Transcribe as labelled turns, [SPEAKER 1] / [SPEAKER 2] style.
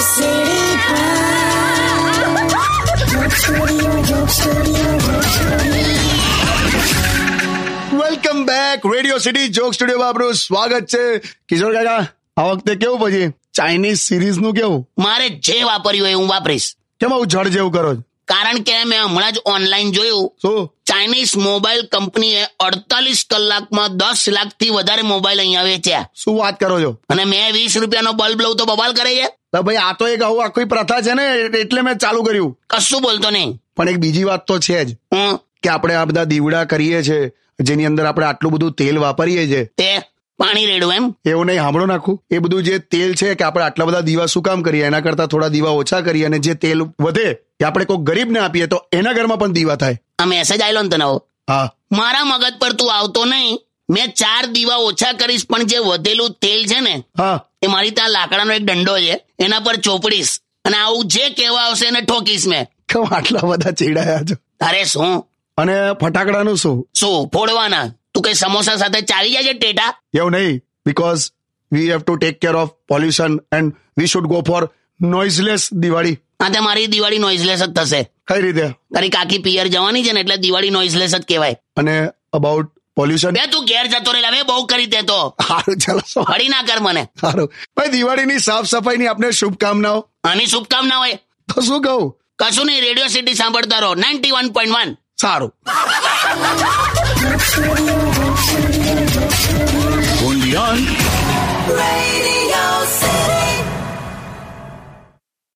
[SPEAKER 1] સીડી
[SPEAKER 2] welcome back radio city joke સ્ટુડિયોમાં આપનું સ્વાગત છે કિશોર કાકા આ વખતે કેવું પછી ચાઇનીઝ સિરીઝ નું કેવું
[SPEAKER 3] મારે જે વાપર્યું હોય એ હું વાપરીશ
[SPEAKER 2] કેમ આવું જડ જેવું કરો છો
[SPEAKER 3] કારણ કે મેં હમણાં જ ઓનલાઈન જોયું
[SPEAKER 2] શું
[SPEAKER 3] ચાઇનીઝ મોબાઈલ કંપનીએ અડતાલીસ કલાકમાં દસ લાખથી વધારે મોબાઈલ અહીંયા વેચ્યા
[SPEAKER 2] શું વાત કરો છો
[SPEAKER 3] અને મેં વીસ રૂપિયાનો બલ્બ લઉં તો બબાલ કરે છે
[SPEAKER 2] તો ભાઈ આ તો એક આવું આખી પ્રથા છે ને એટલે મેં ચાલુ કર્યું
[SPEAKER 3] કશું બોલતો નહીં
[SPEAKER 2] પણ એક બીજી વાત તો છે જ
[SPEAKER 3] હું
[SPEAKER 2] કે આપણે આ બધા દીવડા કરીએ છે જેની અંદર આપણે આટલું બધું તેલ વાપરીએ છે
[SPEAKER 3] તે પાણી રેડું એમ
[SPEAKER 2] એવું નહીં સાંભળો નાખું એ બધું જે તેલ છે કે આપણે આટલા બધા દીવા શું કામ કરીએ એના કરતા થોડા દીવા ઓછા કરીએ અને જે તેલ વધે એ આપણે કોઈ ગરીબને આપીએ તો એના ઘરમાં પણ દીવા થાય
[SPEAKER 3] આ મેસેજ આયલો ને તને હવે.
[SPEAKER 2] હા
[SPEAKER 3] મારા મગજ પર તું આવતો નહીં મેં ચાર દીવા ઓછા કરીશ પણ જે વધેલું તેલ છે ને
[SPEAKER 2] હા
[SPEAKER 3] એ મારી ત્યાં લાકડાનો એક દંડો છે એના પર ચોપડીશ અને આવું જે કહેવા આવશે એને ઠોકીશ મેં
[SPEAKER 2] કેમ આટલા બધા ચીડાયા છો
[SPEAKER 3] અરે શું
[SPEAKER 2] અને ફટાકડાનું શું
[SPEAKER 3] શું ફોડવાના તું કઈ સમોસા સાથે ચાલી જાય છે ટેટા
[SPEAKER 2] એવું નહીં because we have to take care of pollution and we should go for noiseless Diwali
[SPEAKER 3] આ તે મારી દિવાળી નોઇઝલેસ જ થશે
[SPEAKER 2] કઈ રીતે
[SPEAKER 3] તારી કાકી પિયર જવાની છે ને એટલે દિવાળી નોઇઝલેસ જ કહેવાય
[SPEAKER 2] અને અબાઉટ પોલ્યુશન
[SPEAKER 3] બે તું ઘેર જતો રહે હવે બહુ કરી દે તો
[SPEAKER 2] સારું ચાલો sorry.
[SPEAKER 3] ફરી ના કર મને
[SPEAKER 2] સારું ભાઈ દિવાળીની સાફ સફાઈની આપને શુભકામનાઓ
[SPEAKER 3] આની શુભકામના હોય
[SPEAKER 2] તો શું કહું
[SPEAKER 3] કશું નહીં રેડિયો સિટી સાંભળતા રહો નાઇન્ટી વન પોઈન્ટ વન
[SPEAKER 2] સારું
[SPEAKER 1] Radio